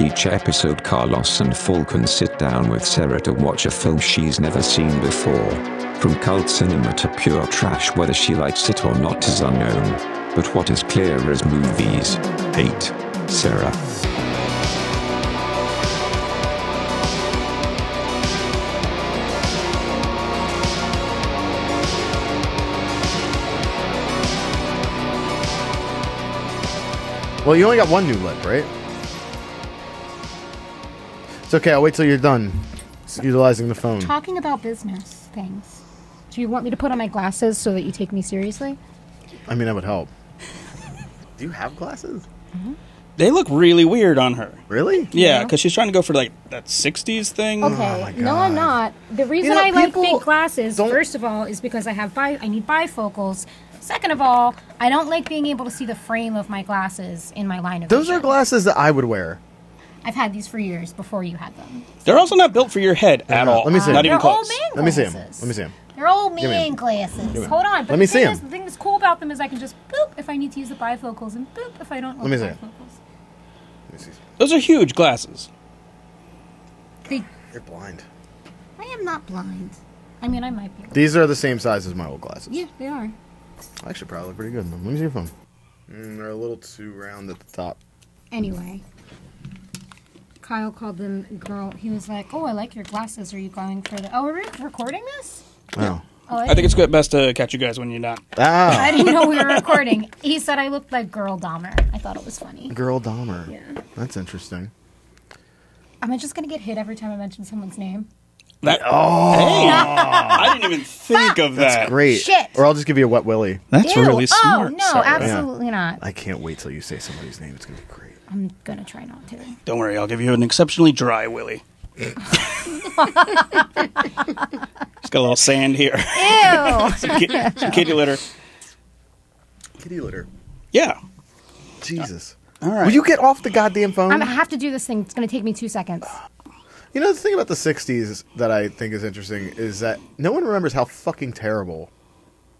Each episode, Carlos and Falcon sit down with Sarah to watch a film she's never seen before. From cult cinema to pure trash, whether she likes it or not is unknown. But what is clear is movies hate Sarah. Well, you only got one new lip, right? It's okay. I'll wait till you're done utilizing the phone. Talking about business things. Do you want me to put on my glasses so that you take me seriously? I mean, that would help. Do you have glasses? They look really weird on her. Really? Yeah, because she's trying to go for like that '60s thing. Okay. no, I'm Oh God. not. The reason know, I like people big glasses, don't- first of all, is because I have bi- I need bifocals. Second of all, I don't like being able to see the frame of my glasses in my line of Those are vision. glasses that I would wear. I've had these for years before you had them. They're also not built for your head at not. all. Let me see. Not They're even old close. man Let me see 'em. glasses. Let me see 'em. They're old me 'em. man glasses. Hold on. But Let me the thing see 'em. Is, the thing that's cool about them is I can just boop if I need to use the bifocals and boop if I don't. Let me see 'em. bifocals. Let me see. Those are huge glasses. They, You're blind. I am not blind. I mean, I might be. These are the same size as my old glasses. Yeah, they are. Actually, probably look pretty good. in them. Let me see your phone. Mm, they're a little too round at the top. Anyway, Kyle called them girl. He was like, "Oh, I like your glasses. Are you going for the? Oh, are we recording this? Wow. Oh, I think it's good best to catch you guys when you're not. Ah, I didn't know we were recording. He said I looked like Girl Dahmer. I thought it was funny. girl Dahmer. Yeah. That's interesting. Am I just gonna get hit every time I mention someone's name? That, oh, hey, I didn't even think of that. Great. Shit. Or I'll just give you a wet willy. That's Ew. really smart. Oh no, Sarah. absolutely not. I can't wait till you say somebody's name. It's gonna be great. I'm gonna try not to. Don't worry, I'll give you an exceptionally dry willy. Just got a little sand here. Ew. some, ki- some kitty litter. Kitty litter. Yeah. Jesus. All right. Will you get off the goddamn phone? I'm gonna have to do this thing. It's gonna take me two seconds. You know, the thing about the 60s that I think is interesting is that no one remembers how fucking terrible.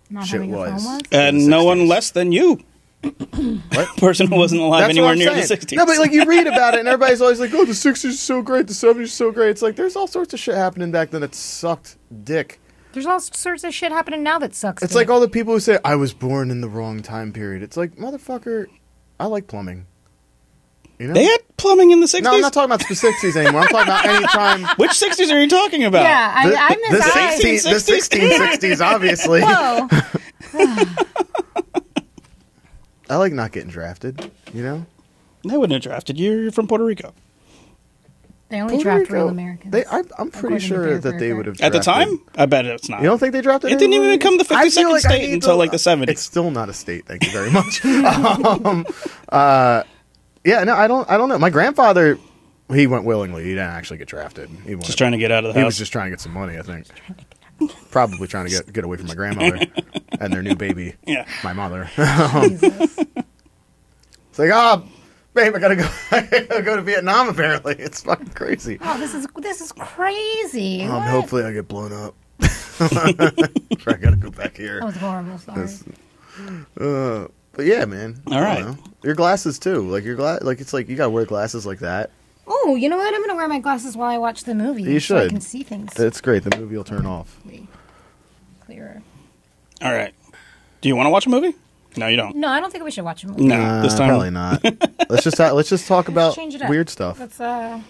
Not Shit having a phone was. was. and in the no 60s. one less than you. What? Person who wasn't alive That's anywhere what I'm near the saying. 60s. No, but like you read about it, and everybody's always like, "Oh, the '60s is so great, the '70s is so great." It's like there's all sorts of shit happening back then that sucked dick. There's all sorts of shit happening now that sucks. It's dude. like oh, all the people who say, "I was born in the wrong time period." It's like, motherfucker, I like plumbing. You know? they had plumbing in the 60s? no, I'm not talking about the '60s anymore. I'm talking about any time. Which 60s are you talking about? Yeah, I, I the, miss I- 60s, the 1660s, obviously. Whoa. I like not getting drafted. You know, They wouldn't have drafted you. You're from Puerto Rico. They only Puerto draft real Rico, Americans. They, I, I'm pretty According to sure Bear that they Burger. would have At the drafted- time? I bet it's not. You don't think they drafted? It didn't even anyone? become the I feel 52nd I state need until, like, the 70s. It's still not a state. Thank you very much. um, uh, yeah, no, I don't. I don't know. My grandfather, he went willingly. He didn't actually get drafted. He just trying to get out of the He house. was just trying to get some money. I think. Probably trying to get get away from my grandmother and their new baby. Yeah. my mother. Um, it's like, ah, babe, I gotta go. I gotta go to Vietnam. Apparently, it's fucking crazy. Oh, this is this is crazy. Um, What? hopefully, I get blown up. I gotta go back here. That was horrible. Oh, Sorry. Uh, but yeah, man. All I right. don't know. Your glasses too. Like your glass. Like it's like you gotta wear glasses like that. Oh, you know what? I'm gonna wear my glasses while I watch the movie. You So I should. can see things That's great. The movie will turn off. clearer. All right. Do you want to watch a movie? No, you don't. No, I don't think we should watch a movie. No, Uh, this time. probably not. let's just ha- let's just talk about change it up. weird stuff. Let's uh.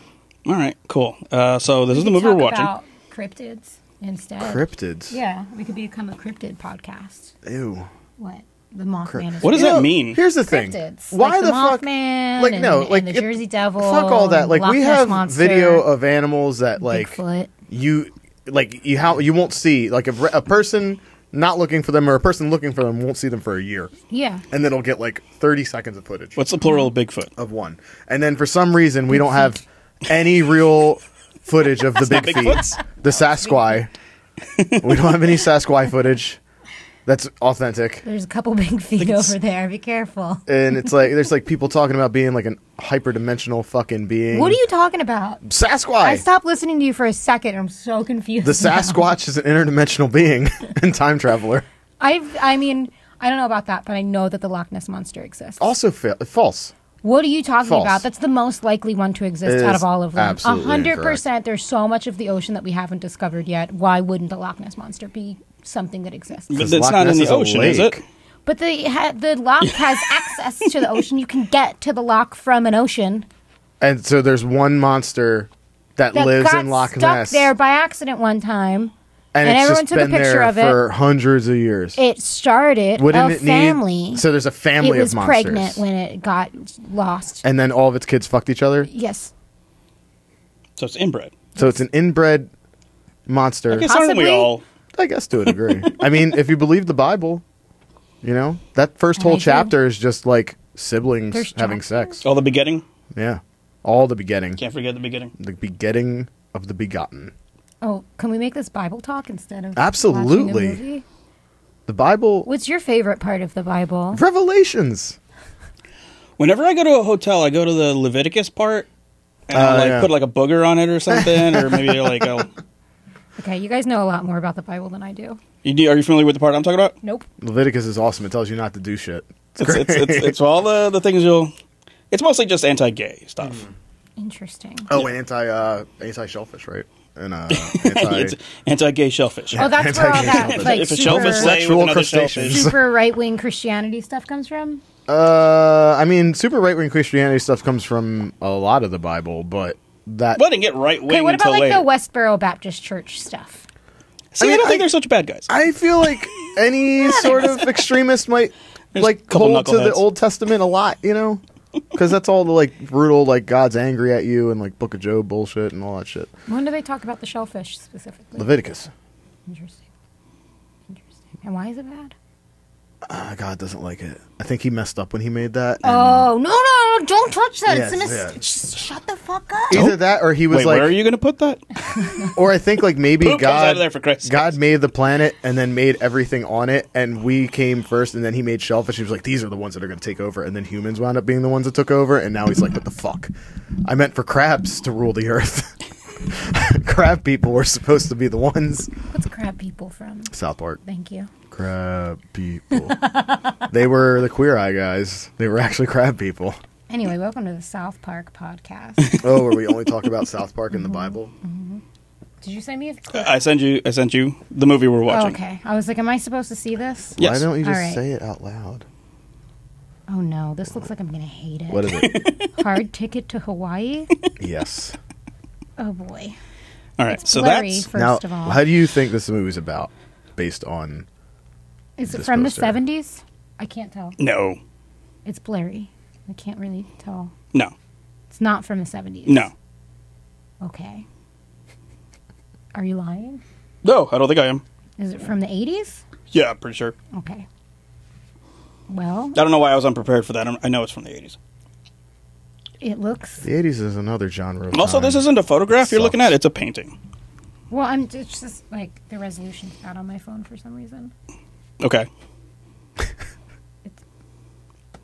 All right, cool. Uh, so this is the we movie talk we're watching. about cryptids instead. Cryptids. uh, Yeah, we could become a cryptid podcast. Ew. What? The Mothman. is- What does You that know, mean? Here's the thing. Cryptids, Why like the, the fuck? Mothman like no, and- like and the it- Jersey Devil Fuck all that. and Like Loch we Ness have Monster, video of animals that like Bigfoot? you like you how you won't see like a, a person not looking for them or a person looking for them won't see them for a year Yeah. and then it'll get like 30 seconds of footage What's the plural of Bigfoot? of one. And then for some reason we don't have any real footage of the big feet, Bigfoots? the Sasquai. We don't have any Sasquai footage. That's authentic. There's a couple big feet over there. Be careful. And it's like there's like people talking about being like an hyperdimensional fucking being. What are you talking about? Sasquatch. I stopped listening to you for a second. and I'm so confused. the now. Sasquatch is an interdimensional being and time traveler. I've, I mean, I don't know about that, but I know that the Loch Ness monster exists. Also fa- false. What are you talking False. about? That's the most likely one to exist It out is of all of them. absolutely hundred incorrect. percent. There's so much of the ocean that we haven't discovered yet. Why wouldn't the Loch Ness monster be something that exists? But 'Cause that's Loch not Ness in the is a ocean, is lake. it? But the ha- the lock has access to the ocean. You can get to the lock from an ocean And so there's one monster that, that lives got in Loch stuck Ness, there by accident one time. and, and it's everyone just took been a picture there of it. for hundreds of years. It started Wouldn't a it need? family. So there's a it family was of monsters. pregnant when it got lost. and then all of its kids fucked each other. yes, So it's inbred. So it's an inbred monster. I guess aren't Possibly. we all? I guess to a degree. I mean, if you believe the Bible, you know that first I whole do. chapter is just like siblings There's having chapters? sex. All the begetting. Yeah, all the begetting, Can't forget the beginning. the begetting of the begotten. Oh, can we make this Bible talk instead of Absolutely. watching a movie? The Bible, What's your favorite part of the Bible? Revelations. Whenever I go to a hotel, I go to the Leviticus part and I'll Oh, like yeah. put like a booger on it or something, or maybe like I'll. Okay, you guys know a lot more about the Bible than I do. You do, are you familiar with the part I'm talking about? Nope. Leviticus is awesome. It tells you not to do shit. It's it's, it's, it's all the the things you'll. It's mostly just anti-gay stuff. Interesting. Oh, and anti uh, anti shellfish, right? And uh, anti It's anti-gay shellfish. Oh, that's where all that Anti-gay like if a shellfish super, lay with Sexual another crustaceans. shellfish, super right wing Christianity stuff comes from. Uh, I mean, super right wing Christianity stuff comes from a lot of the Bible, but that but didn't get right wing Okay, what about until like later. the Westboro Baptist Church stuff? See, I, mean, don't think I- they're such bad guys. I feel like any sort of extremist might There's a like couple hold to the knuckleheads. Old Testament a lot, you know, because that's all the like brutal, like God's angry at you and like Book of Job bullshit and all that shit. When do they talk about the shellfish specifically? Leviticus. Interesting. Interesting. And why is it bad? Ah, God doesn't like it. I think he messed up when he made that. and- Oh no no no! Don't touch that. it's a Yes, mistake. yeah. Just shut the fuck up. Either that, or he was Wait, like, where are you going to put that? or I think like maybe Poop God comes out of there for Christ's God sakes. made the planet and then made everything on it, and we came first, and then he made shellfish. He was like, "These are the ones that are going to take over," and then humans wound up being the ones that took over, and now he's like, "What the fuck? I meant for crabs to rule the earth. Crab people were supposed to be the ones." What's crab people from? South Park. Thank you. Crab people. they were the queer eye guys. They were actually crab people. Anyway, welcome to the South Park podcast. Oh, where we only talk about South Park and the Bible. Did you send me a clip? I sent you. I sent you the movie we're Oh, Uh, watching. okay. I was like, am I supposed to see this? Yes. Why don't you just All right. say it out loud? Oh no, this looks like I'm gonna hate it. What is it? Hard ticket to Hawaii. yes. Oh boy. All right. It's so blurry, that's first of all. How do you think this movie's about based on Is it this from poster? the 70s? I can't tell. no, It's blurry. I can't really tell. no, It's not from the 70s. no, Okay. Are you lying? no. I don't think I am. Is it from the 80s? Yeah, I'm pretty sure. Okay. Well, I don't know why I was unprepared for that. I'm- I know it's from the 80s. it looks. the 80s is another genre. Of And also, time. this isn't a photograph you're looking Sucks. at; it's a painting. Well, I'm it's just like the resolution's bad on my phone for some reason. Okay.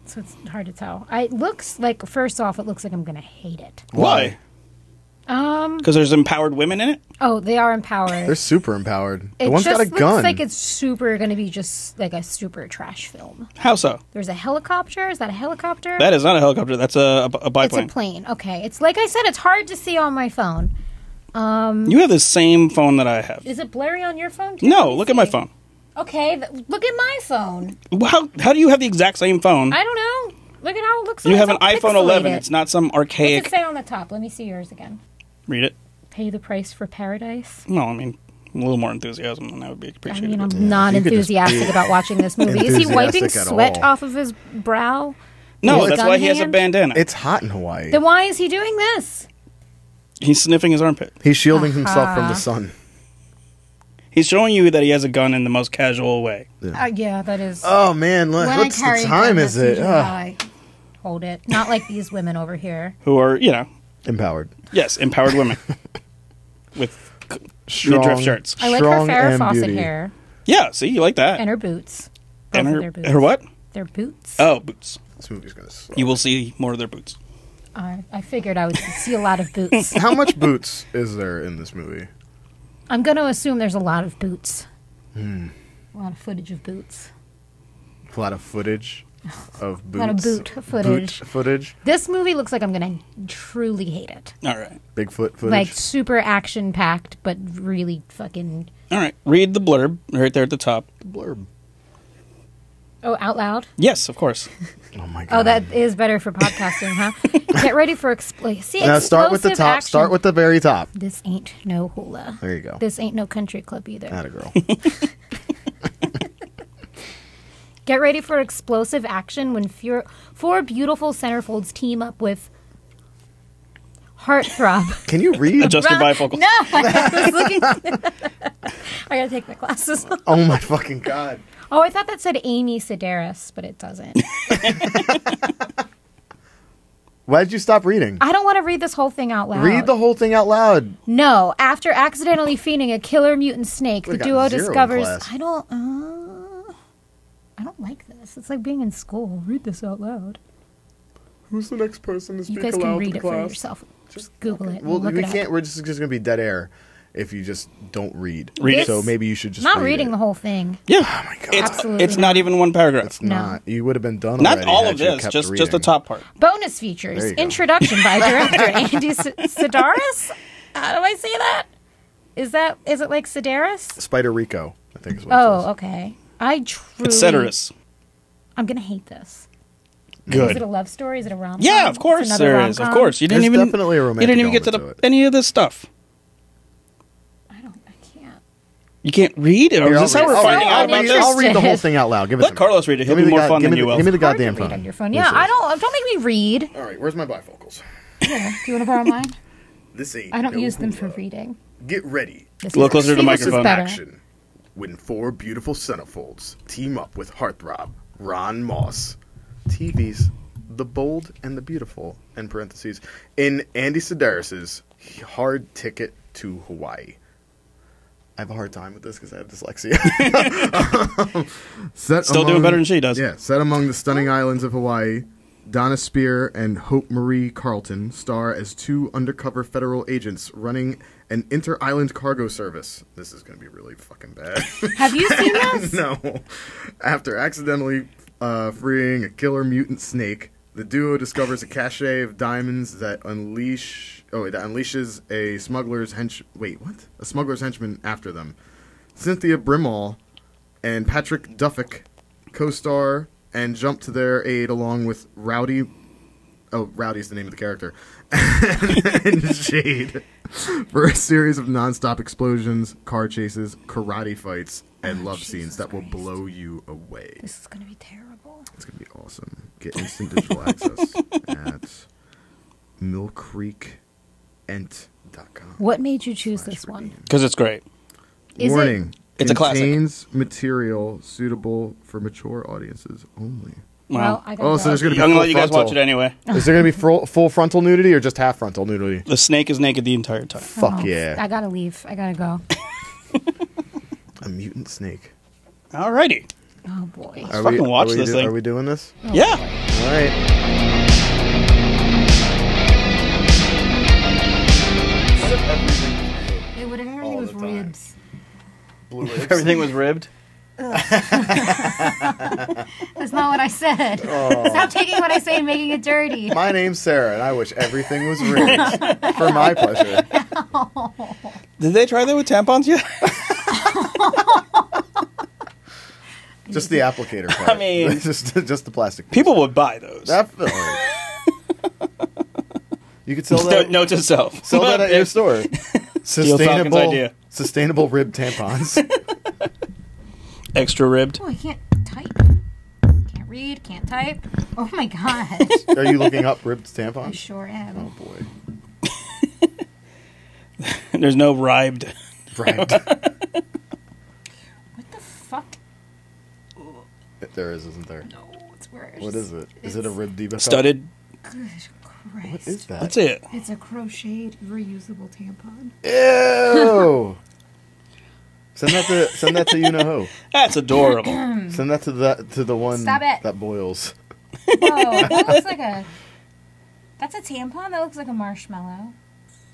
So it's hard to tell. I, it looks like, first off, it looks like I'm going to hate it. Why? Um. Because there's empowered women in it. Oh, they are empowered. They're super empowered. it the one's just got a looks gun. like it's super going to be just like a super trash film. How so? There's a helicopter. Is that a helicopter? That is not a helicopter. That's a, a, a it's a biplane. plane. Okay. It's like I said, it's hard to see on my phone. you have the same phone that I have. Is it blurry on your phone? too? Let No, me look at my see. phone. Okay, th- look at my phone. How, how do you have the exact same phone? I don't know. Look at how it looks. You It's have an all iPhone pixelated. 11. It's not some What's it archaic. say on the top? Let me see yours again. Read it. Pay the price for paradise. No, I mean a little more enthusiasm than that would be I appreciated. mean, I'm not You could just enthusiastic be about watching this movie. Is he wiping enthusiastic at sweat all. off of his brow? no, With a that's gun why he has a hand? bandana. It's hot in Hawaii. Then why is he doing this? He's sniffing his armpit. He's shielding himself Uh-huh. from the sun. He's showing you that he has a gun in the most casual way. Uh, yeah, that is. Oh man, look, when what's I carry the time? a Is it Ah, message, Ugh. I hold it? Not like these women over here. Who are you know? empowered? Yes, empowered women with c- midriff shirts. I like her strong Farrah and Fawcett beauty. hair. Yeah, see, you like that. And her boots. Both And of her, their boots. her what? Their boots. Oh, boots. This movie's gonna. Suck. You will see more of their boots. I, I figured I would see a lot of boots. How much boots is there in this movie? I'm going to assume there's a lot of boots. Hmm. A lot of footage of boots. A lot of footage of boots. lot of boot footage. Boot footage. This movie looks like I'm going to truly hate it. All right. Bigfoot footage. Like super action packed, but really fucking. All right. Read the blurb right there at the top. blurb. Oh, out loud? Yes, of course. Oh my god. Oh, that is better for podcasting, huh? Get ready for expl- see, Now start with the explosive top. action. Start with the very top. This ain't no hula. There you go. This ain't no country club either. Atta girl. Get ready for explosive action when fear- four beautiful centerfolds team up with Heartthrob. Can you read? Adjusted bifocal. no, I was looking. I gotta take my glasses off. Oh my fucking god. Oh, I thought that said Amy Sedaris, but it doesn't. Why did you stop reading? I don't want to read this whole thing out loud. Read the whole thing out loud. No, after accidentally feeding a killer mutant snake, We the got duo zero in discovers. class. I don't. Uh, I don't like this. It's like being in school. Read this out loud. Who's the next person to you guys can read it for yourself. Just Google it. and Well, look we it up. can't. We're just, just gonna be dead air if you just don't read. Read it. So maybe you should just. Not read reading it. the whole thing. Yeah. Oh my god. It's Absolutely it's not even one paragraph. It's not. You would have been done. not already all had of you this. kept Just just the reading. top part. Bonus features. There you go. Introduction by director Andy S- Sedaris. How do I say that? Is that is it like Sedaris? Spider Rico. I think is what. it Oh, says. okay. I truly. Et ceteris. I'm gonna hate this. Is it a love story? Is it a rom? Yeah, of course there is. Of course, you didn't There's even definitely a you didn't romantic even get to, the, element to it. any of this stuff. I don't. I can't. You can't read it. Or Here, is I'll this how read- we're I'll finding read- out I'll about read- I'll this? read the whole thing out loud. Give it Let to me. Carlos read it. He'll Give me be the more god- fun give than me you the- will. Give me the Hard to goddamn read on phone. your phone. Yeah, I don't. Don't make me read. All right, where's my bifocals? Do you want to borrow mine? This ain't. I don't no use them for hula. reading. Get ready. This Look is- closer to the see, this is microphone. better. action when four beautiful centerfolds team up with heartthrob Ron Moss. TV's The Bold and the Beautiful, in parentheses, in Andy Sedaris's Hard Ticket to Hawaii. I have a hard time with this because I have dyslexia. Set Still doing better than she does. Yeah, set among the stunning islands of Hawaii, Donna Spear and Hope Marie Carlton star as two undercover federal agents running an inter-island cargo service. This is going to be really fucking bad. Have you seen this? no. After accidentally uh, freeing a killer mutant snake, the duo discovers a cache of diamonds that unleash. Oh, that unleashes a smuggler's hench. Wait, what? A smuggler's henchman after them. Cynthia Brimall and Patrick Duffick co-star and jump to their aid along with Rowdy. Oh, Rowdy's the name of the character. and Jade for a series of nonstop explosions, car chases, karate fights, and love scenes that will blow you away. Ah, This is gonna be terrible. It's gonna be awesome. Get instant digital access at millcreekent.com. What made you choose this one? Because it's great. Is it- Warning. It's a classic. Contains material suitable for mature audiences only. Well, Wow. I got Oh, so there's I'm gonna be gonna full let you guys frontal. watch it anyway. Is there gonna be full, full frontal nudity or just half frontal nudity? The snake is naked the entire time. Fuck yeah! Oh, I gotta leave. I gotta go. A mutant snake. Alrighty. Oh boy. Are fucking watch are we this do- thing. Are we doing this? Oh, Yeah. All right. It would everything All was the time. ribs. Blue lips. Everything was ribbed. That's not what I said. Oh. Stop taking what I say and making it dirty. My name's Sarah, and I wish everything was rigged for my pleasure. Did they try that with tampons yet? Just the applicator part. mean- just just the plastic. piece. People would buy those. Definitely. you could sell that. Note to self. Sell that at your store. Falcon's Sustainable, idea. sustainable rib tampons. Extra ribbed. Oh, I can't type. Can't read. Can't type. Oh my god. Are you looking up ribbed I tampons? sure Oh am. boy, There's no ribed. right. What the fuck? there is, isn't there? No, it's worse. What is it? Is it a It's- rib diva? Studded. Good Christ. What is that? That's it. It's a crocheted reusable tampon. Ew. Send that to send that to you know who. That's adorable. Send that to the to the one Hmm. Stop it. that boils. Whoa, that looks like a. That's a tampon. That looks like a marshmallow.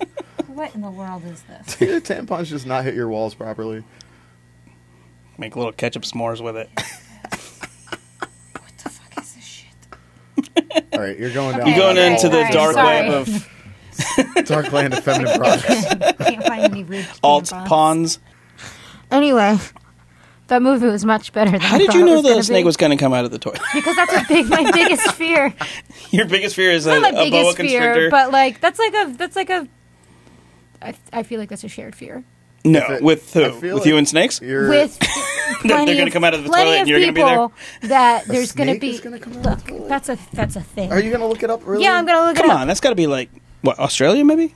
What in the world is this? Your tampons just not hit your walls properly. Make little ketchup s'mores with it. What the fuck is this shit? All right, you're going down. You're Going Alright, into the alright, dark sorry. web of dark land of feminine products. Can't find any root alt tampons. pawns. Anyway, that movie was much better than How I did thought you it know was gonna the snake be. was going to come out of the toilet? Because that's a big, my biggest fear. Your biggest fear is a, Not my a boa biggest constrictor. fear, but like that's like a that's like a. I, I feel like that's a shared fear. no, If it- with who? I With feel you like and snakes? You're, With They're plenty going to of- come out of the plenty toilet, of and you're going to be there. people That there's going to snake be. is gonna come out of look, that's a that's a thing. are you gonna look it up? Really? Yeah, I'm gonna look Come it up. on, that's got to be like what Australia, maybe.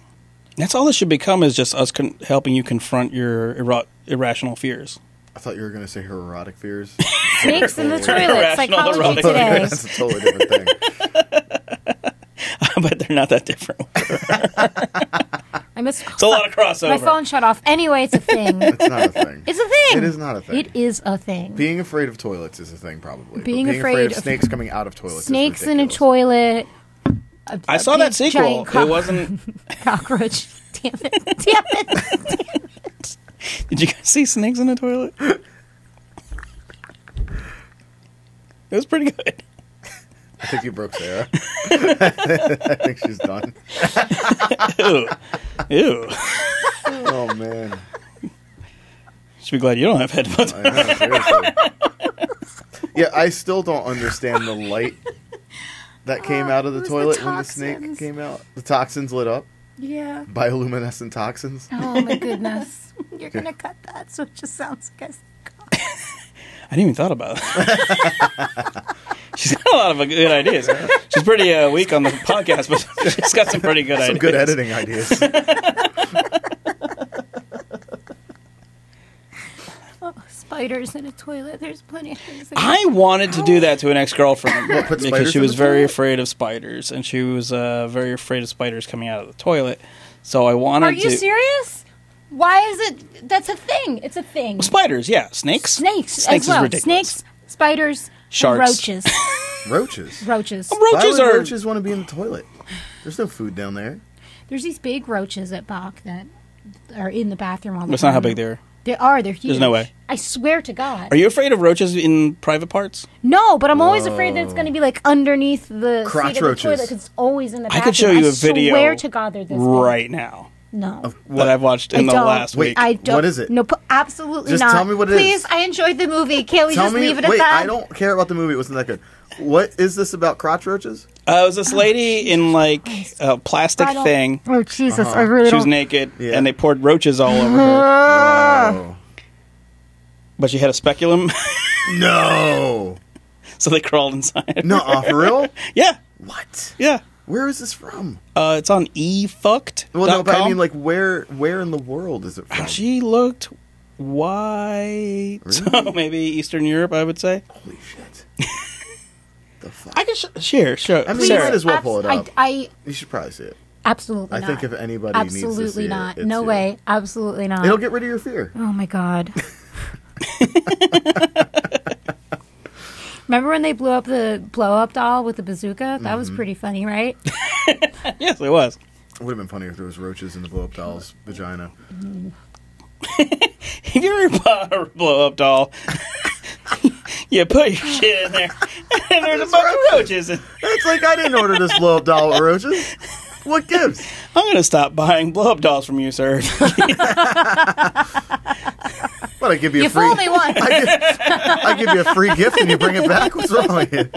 That's all this should become is just us con- helping you confront your ira- irrational fears. I thought you were gonna say her erotic fears. Snakes in the Totally. toilet. Irrational Psychology erotic today. That's a totally different thing. but they're not that different. It's I missed. a lot of crossover. My phone shut off. Anyway, it's a thing. It's not a thing. it's a thing. It is not a thing. It is a thing. being afraid of toilets is a thing, probably. but Being being afraid of of- snakes coming out of toilets. is Snakes in a ridiculous. toilet. I I saw that sequel. It wasn't. cockroach. Damn it! Damn it! Did you guys see snakes in a toilet? It was pretty good. I think you broke Sarah. I think she's done. Ew. Ew. Oh man. Should be glad you don't have headphones. I know, seriously. yeah, I still don't understand the light that came Oh, out of it the was the toilet when the snake toxins. came out. The toxins lit up. Yeah. Bioluminescent toxins. Oh my goodness! You're gonna cut that, so it just sounds like. I- I didn't even thought about it. She's got a lot of good ideas. She's pretty uh, weak on the podcast, but she's got some pretty good Some ideas. good editing ideas. Oh, spiders in a toilet. There's plenty of things. that- I wanted to do that to an ex girlfriend What, put because spiders she in was the very toilet? afraid of spiders, and she was uh, very afraid of spiders coming out of the toilet. So I wanted Are you to serious? Why is it? That's a thing. It's a thing. spiders, yeah, snakes, Snakes, Snakes as is well. ridiculous. Snakes, spiders, and Sharks. roaches, Roaches. roaches. Why roaches would are roaches want to be in the toilet? There's no food down there. There's these big roaches at Bach that are in the bathroom all the That's time. not how big they are. They are. They're huge. There's no way. I swear to God. Are you afraid of roaches in private parts? no, but I'm always afraid that it's going to be like underneath the Crotch seat of the roaches. toilet 'cause it's always in the I bathroom. could show you a video swear to God, they're this big. right now No. that I've watched in I the don't. last Wait, week. I don't. What is it? No, p- absolutely Just not. tell me what it is. Please, I enjoyed the movie. Can't we Tell just me. leave it at wait, that? I don't care about the movie. It wasn't that good. What is this about crotch roaches? Uh, it was Oh, this lady in like a plastic I don't- thing. Oh Jesus! Uh-huh. I really She was don't. naked, Yeah. and they poured roaches all over her. Uh. Oh. But she had a speculum, No. so they crawled inside. No, uh, for real? Yeah, What? yeah. Where is this from? Uh, it's on efucked. Well, no, but I mean, like, where, where in the world is it from? she looked white, so maybe Eastern Europe. I would say. Holy shit! the fuck? I can sh- share, sure. I mean, you Sarah. might as well pull it Abs- up. I, I you should probably see it. absolutely. I not. think if anybody absolutely needs to see it, not. it's no you. way. Absolutely not. It'll get rid of your fear. Oh my god. Remember when they blew up the blow up doll with the bazooka? That Mm-hmm. was pretty funny, right? yes, it was. It would have been funnier if there was roaches in the blow up doll's vagina. If you're a blow up doll, you put your shit in there, and there's a bunch of roaches. in- It's like I didn't order this blow up doll with roaches. What gives? I'm gonna stop buying blow up dolls from you, sir. But I give you, You a free. fooled me once. I give, I give you a free gift and you bring it back. What's wrong with you?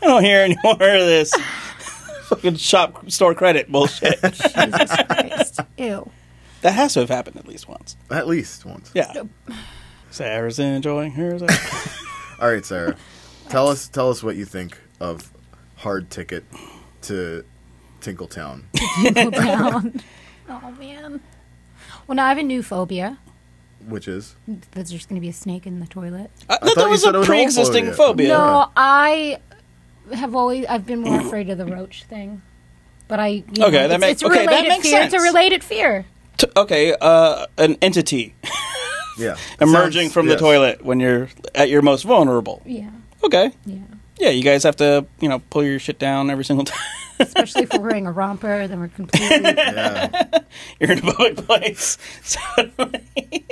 I don't hear any more of this fucking shop store credit bullshit. Jesus Christ. Ew. That has to have happened at least once. At least once. Yeah. Sarah's enjoying hers. All right, Sarah. Tell us tell us what you think of Hard Ticket to Tinkletown. Go down. oh man. Well now I have a new phobia. Which is That there's gonna be a snake in the toilet. I thought thought that you was said it was an a old pre-existing phobia. phobia. No, I have always I've been more afraid of the roach thing. But I you know, Okay, that it's, makes- it's a okay, that related makes fear. It's sense. a related fear. T- okay, uh, an entity. Yeah. emerging Sounds- from yes. the toilet when you're at your most vulnerable. Yeah. Okay. Yeah. Yeah, you guys have to, you know, pull your shit down every single time Especially if we're wearing a romper, then we're completely. Yeah. you're in a public place. Suddenly,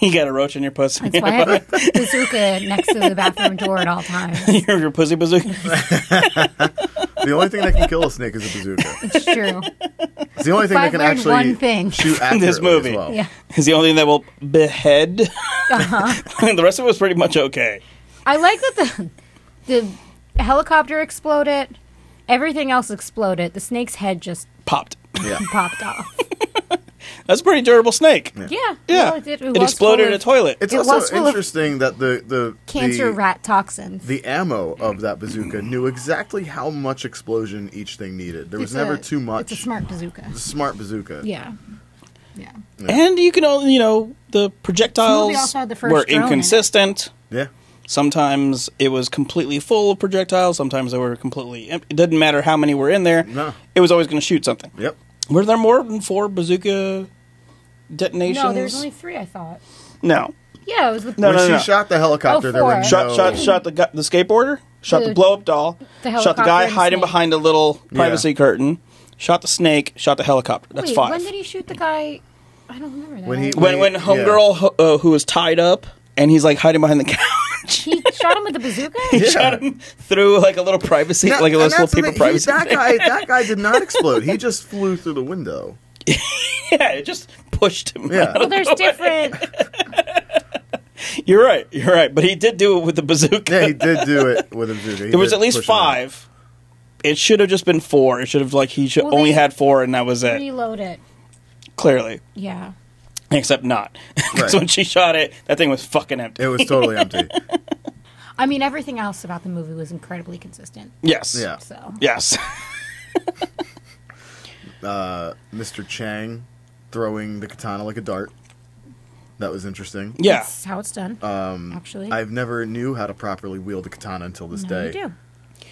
you got a roach in your pussy. That's why I have a bazooka next to the bathroom door at all times. your, your pussy bazooka. the only thing that can kill a snake is a bazooka. It's true. It's the only thing If that I've can learned actually one thing. shoot In accurately this movie. as well. Yeah. Is the only thing that will behead. Uh-huh. the rest of it was pretty much okay. I like that the the helicopter exploded. Everything else exploded. The snake's head just Popped. Yeah. popped off. That's a pretty durable snake. Yeah. Yeah. well, it, did- it it was exploded full in a of toilet. It's It was also full of interesting that the the Cancer the, rat toxins. the ammo of that bazooka knew exactly how much explosion each thing needed. There was It's never a- too much. It's a smart bazooka. It's a smart bazooka. Yeah. Yeah. And you can only, you know, the projectiles also had the first were drone in it. inconsistent. Yeah. Sometimes it was completely full of projectiles. Sometimes they were completely empty. It didn't matter how many were in there. No. It was always going to shoot something. Yep. Were there more than four bazooka detonations? No, there's only three. I thought. No. Yeah, it was the No, when no, she no. shot the helicopter, Oh, there were four. Shot, no, shot, shot the gu- the skateboarder. Shot the, The- blow up doll. the shot the helicopter guy and the hiding snake. behind a little privacy curtain. Shot the snake. Shot the helicopter. That's Wait, five. when did he shoot the guy? I don't remember that. When he- when when Yeah. homegirl ho- uh, who was tied up and he's like hiding behind the couch he shot him with a bazooka. Yeah. shot him through like a little privacy No, like a and little that's the paper thing, he- privacy That thing. guy, that guy did not explode. He just flew through the window. yeah it just pushed him Yeah. Well, there's different. you're right you're right but he did do it with the bazooka Yeah, he did do it with a bazooka. He there was did at least push it out. five it should have just been four it should have like he should Well, only they- had four and that was it Reload it. clearly Yeah. except not because Right. when she shot it that thing was fucking empty It was totally empty. I mean, everything else about the movie was incredibly consistent. yes Yeah. So yes Uh, Mr. Chang throwing the katana like a dart. That was interesting. yeah that's how it's done. Um, actually, I've never knew how to properly wield a katana until this no, day. you do.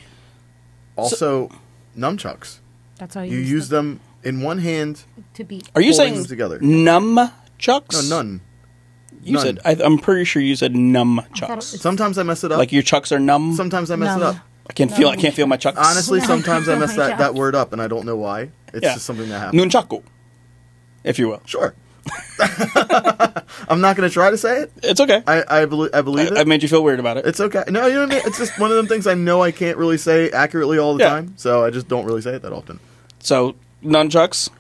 Also, nunchucks. That's how you, You use them in one hand. to beat. are you Pulling saying them together. numb chucks No, none. you None. said I, i'm pretty sure you said numb thought it chucks was- Sometimes I mess it up. Like your chucks are numb. Sometimes I mess No. it up. I can feel. I can't feel my chucks. Honestly, sometimes I Oh mess my that, God. that word up, and I don't know why. It's Yeah. just something that happens. nunchaku, if you will. Sure. I'm not going to try to say it. It's okay. I, I I, belie- I believe it. I made you feel weird about it. it's okay. No, you know what I mean? It's just one of them things I know I can't really say accurately all the Yeah. time, so I just don't really say it that often. so nunchucks.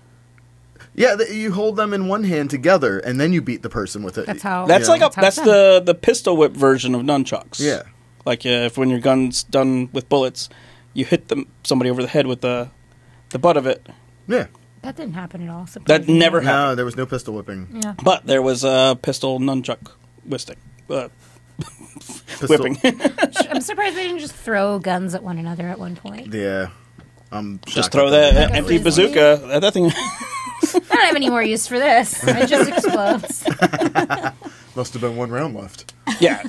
Yeah, th- you hold them in one hand together, and then you beat the person with it. That's how. That's Yeah. like a, how that's Oh, it's done. the the pistol whip version of nunchucks. Yeah. Like uh, if when your gun's done with bullets, you hit them somebody over the head with the the butt of it. Yeah. That didn't happen at all. That surprisingly. never happened. No, there was no pistol whipping. Yeah. But there was a pistol nunchuck whisting. Uh, Pistol- whipping. I'm surprised they didn't just throw guns at one another at one point. Yeah. I'm Just shocked throw that that Nunchucks empty is- bazooka. That, that thing. I don't have any more use for this. It just explodes. Must have been one round left. Yeah.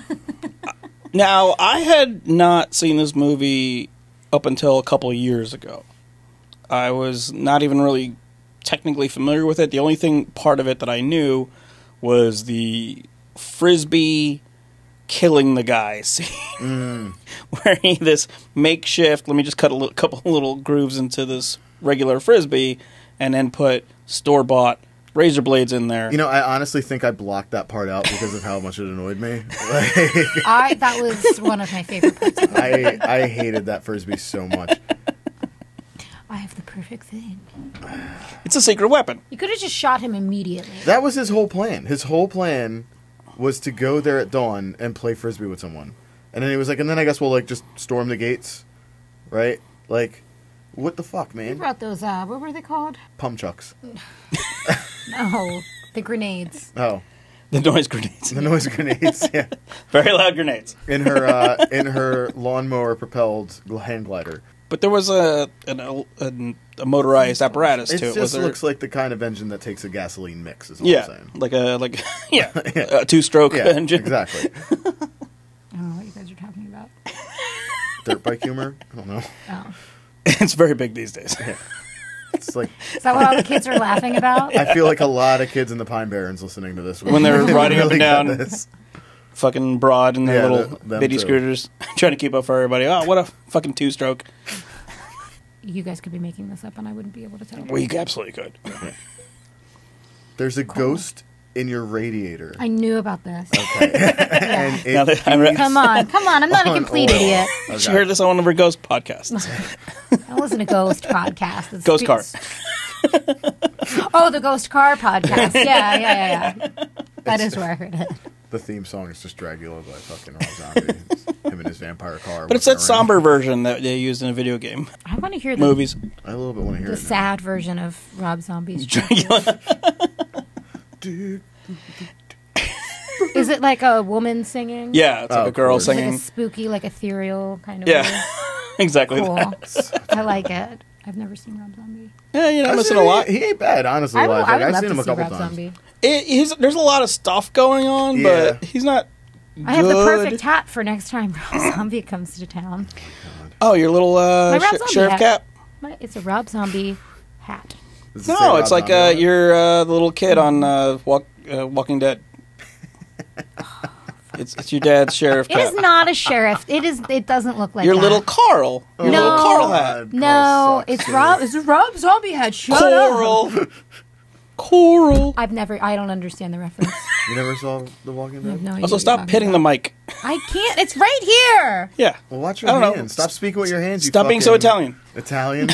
now, I had not seen this movie up until a couple of years ago. I was not even really technically familiar with it. The only thing part of it that I knew was the frisbee killing the guy scene, where he this makeshift. Let me just cut a little, couple little grooves into this regular frisbee, and then put store bought razor blades in there. You know, I honestly think I blocked that part out because of how much it annoyed me. Like, I that was one of my favorite parts. Of it. I I hated that frisbee so much. I have the perfect thing. it's a secret weapon. You could have just shot him immediately. That was his whole plan. His whole plan was to go there at dawn and play frisbee with someone, and then he was like, and then I guess we'll like just storm the gates, right? Like, what the fuck, Who man? brought those? Uh, what were they called? Pump chucks. No, the grenades. Oh, The noise grenades. the noise grenades. Yeah, Very loud grenades. in her uh, in her lawnmower propelled hand glider. But there was a an, a, a motorized apparatus It to it. just Was there? looks like the kind of engine that takes a gasoline mix. Is all I'm yeah, saying. like a like yeah, a two stroke Yeah, engine. exactly. I don't know Oh, what you guys are talking about. Dirt bike humor. I don't know. Oh. it's very big these days. It's like Is that what all the kids are laughing about? I feel like a lot of kids in the Pine Barrens listening to this When they're riding up and got down. this. fucking broad and their Yeah, little th- them bitty too. scooters, trying to keep up for everybody. Oh, what a fucking two stroke! You guys could be making this up, and I wouldn't be able to tell. We absolutely could. There's a ghost in your radiator. I knew about this. and it, Oh, Now that I re- Come on, come on! I'm not a On complete oil. idiot. Okay. she heard this on one of her ghost podcasts. I listen to ghost podcasts. It's Ghost be- car. Oh, the ghost car podcast. Yeah, yeah, yeah, yeah. That is where I heard it. the theme song is just Dragula by fucking Rob Zombie. It's him and his vampire car. But it's that walking around. somber version that they used in a video game I want to hear the, movies. I a little bit want to hear the it. now. sad version of Rob Zombie's. Dude. is it like a woman singing? Yeah, it's like Oh, a girl of course. Like a singing. spooky, like ethereal kind of. Yeah, exactly. way? Cool. I like it. I've never seen Rob Zombie. Yeah, you know, I I've seen listen a him- lot. He, ain't bad, honestly. I, would- live. I Like, would I've love seen to him a see couple Rob times. Zombie. It, he's, there's a lot of stuff going on, but Yeah. he's not. I have the good. perfect hat for next time Rob Zombie comes to town. Oh, your little My uh, Rob sh- Zombie sheriff hat. cap. My- It's a Rob Zombie hat. Does it say No, Rob it's like Zombie uh, on it? you're uh, the little kid on uh, Walk uh, Walking Dead. it's it's your dad's sheriff It is cap. not a sheriff. It is. It doesn't look like your that. little Carl. Your No. little Carl hat. God, Carl No, sucks, it's dude. Rob. It's a Rob Zombie hat. Shut up. eh? Coral. Coral. I've never. I don't understand the reference. You never saw The Walking I Dead? have no idea. Also, what you're stop talking hitting the about. mic. I can't. It's right here. Yeah. Well, watch I your don't know. hands. Stop speaking with your hands. You Stop being so fucking- Italian. Italian.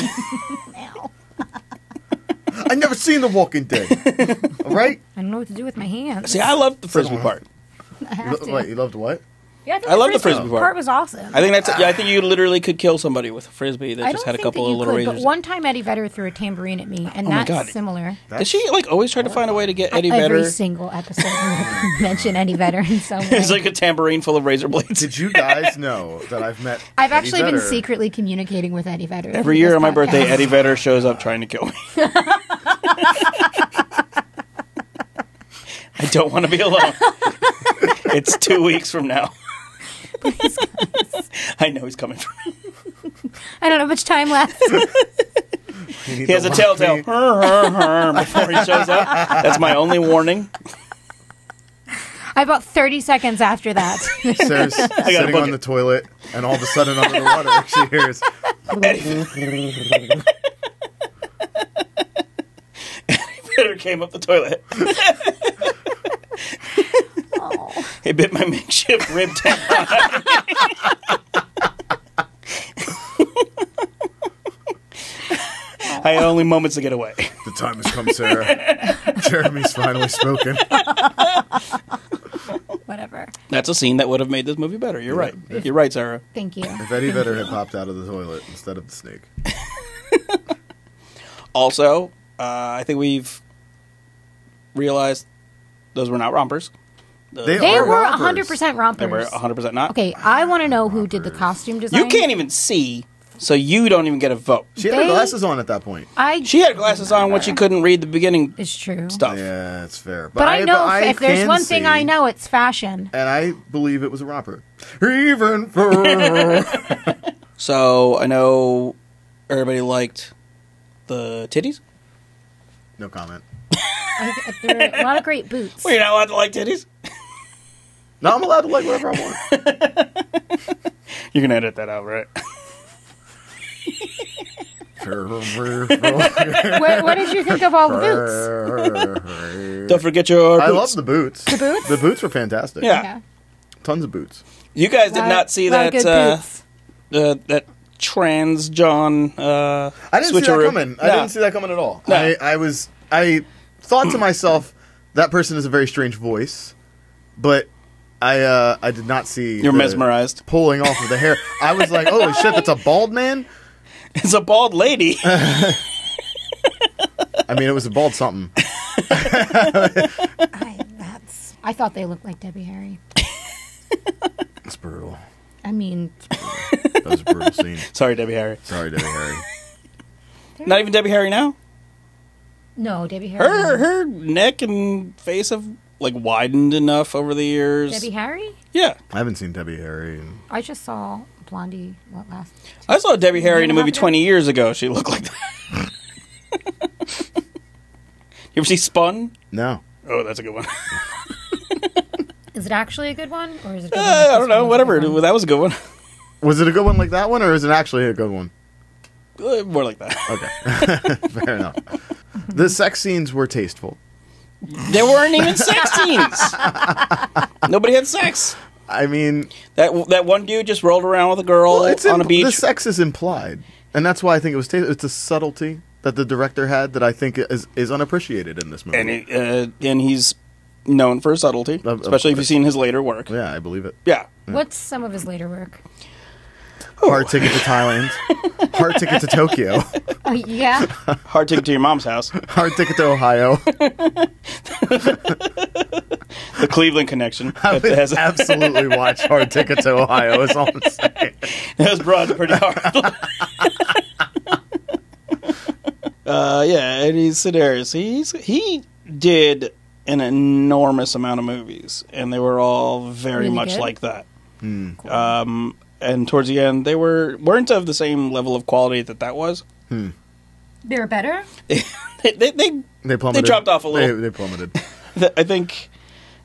I never seen The Walking Dead. All right? I don't know what to do with my hands. See, I love the frisbee part. I You have lo- to. wait, you loved what? Yeah, think I love the frisbee part. was awesome. I think that's. yeah, I think you literally could kill somebody with a frisbee that I just don't had a think that couple of you little could, razors. Oh But one time Eddie Vedder threw a tambourine at me, and my that's God. similar. Does she like always try to find a way to get Eddie Every Vedder? single episode, we mention Eddie Vedder in some way. It's like a tambourine full of razor blades. Did you guys know that I've met. I've Eddie actually been Vedder? secretly communicating with Eddie Vedder Every year on my birthday, Eddie Vedder shows up trying to kill me. I don't want to be alone. it's two weeks from now. I know he's coming. For me. I don't know much time left. You need He has to a lock telltale me- before he shows up. That's my only warning. I about thirty seconds after that. Sarah's sitting book on it. the toilet, and all of a sudden under the water, she hears. Vedder came up the toilet. He bit my makeshift rib tendon. I had only moments to get away. The time has come, Sarah. Jeremy's finally spoken. Whatever. That's a scene that would have made this movie better. You're right. You're right, Sarah. Thank you. If Eddie Vedder had popped out of the toilet instead of the snake, Also, uh, I think we've realized those were not rompers. they, They are were robbers. hundred percent rompers. They were 100% not. Okay, I want to know who did the costume design. You can't even see, so you don't even get a vote. She had her They- glasses on at that point. I. She had glasses on when she couldn't read the beginning It's true. stuff. Yeah, that's fair. But I know but if, if there's can one thing I see, know, it's fashion. and I believe it was a romper. Even for So I know everybody liked the titties. no comment. I, there are a lot of great boots. Well, you're not allowed to like titties. No, I'm allowed to like whatever I want. You're gonna edit that out, right? what, what did you think of all the boots? Don't forget your. I boots. love the boots. The boots? The boots were fantastic. Yeah. tons of boots. You guys did Lot- not see lot of that good uh, boots. uh, that trans John. Uh, I didn't see that switcheroo. coming. I No. didn't see that coming at all. No. I, I was I thought to myself, that person has a very strange voice, but I uh, I did not see You're the mesmerized. pulling off of the hair. I was like, holy shit, that's a bald man. It's a bald lady. I mean, it was a bald something. I, that's, I thought they looked like Debbie Harry. It's brutal. I mean, That was a brutal scene. Sorry, Debbie Harry. Sorry, Debbie Harry. Not even Debbie Harry now. no, Debbie Harry. Her her neck and face have like widened enough over the years. Debbie Harry? Yeah, I haven't seen Debbie Harry. in- I just saw Blondie what last. I saw Debbie Harry in a Yeah, movie yeah. 20 years ago. She looked like that. You ever see Spun? No. Oh, that's a good one. Is it actually a good one, or is it? a good one Uh, I because don't one is know. a Whatever. good one? That was a good one. Was it a good one like that one, or is it actually a good one? Uh, More like that. Okay. Fair enough. The sex scenes were tasteful. There weren't even sex scenes. Nobody had sex. I mean, That that one dude just rolled around with a girl well, it's on imp- a beach. the sex is implied, and that's why I think it was. Taste- it's a subtlety that the director had that I think is is unappreciated in this movie. and he, uh, and he's known for his subtlety, Of- of especially if course. you've seen his later work. Yeah. yeah, I believe it. What's some of his later work? Hard ticket to Thailand. Hard ticket to Tokyo. Oh yeah, Hard ticket to your mom's house. Hard ticket to Ohio. The Cleveland connection. I That would has, that absolutely watch Hard Ticket to Ohio. Is all I'm saying. was broad pretty hard. uh, yeah, and he's Sedaris. He's he did an enormous amount of movies, and they were all very Really much good? like that. Um, and towards the end, they were weren't of the same level of quality that that was. they were better. They they, they, They plummeted. dropped off a little. They, they plummeted. that I think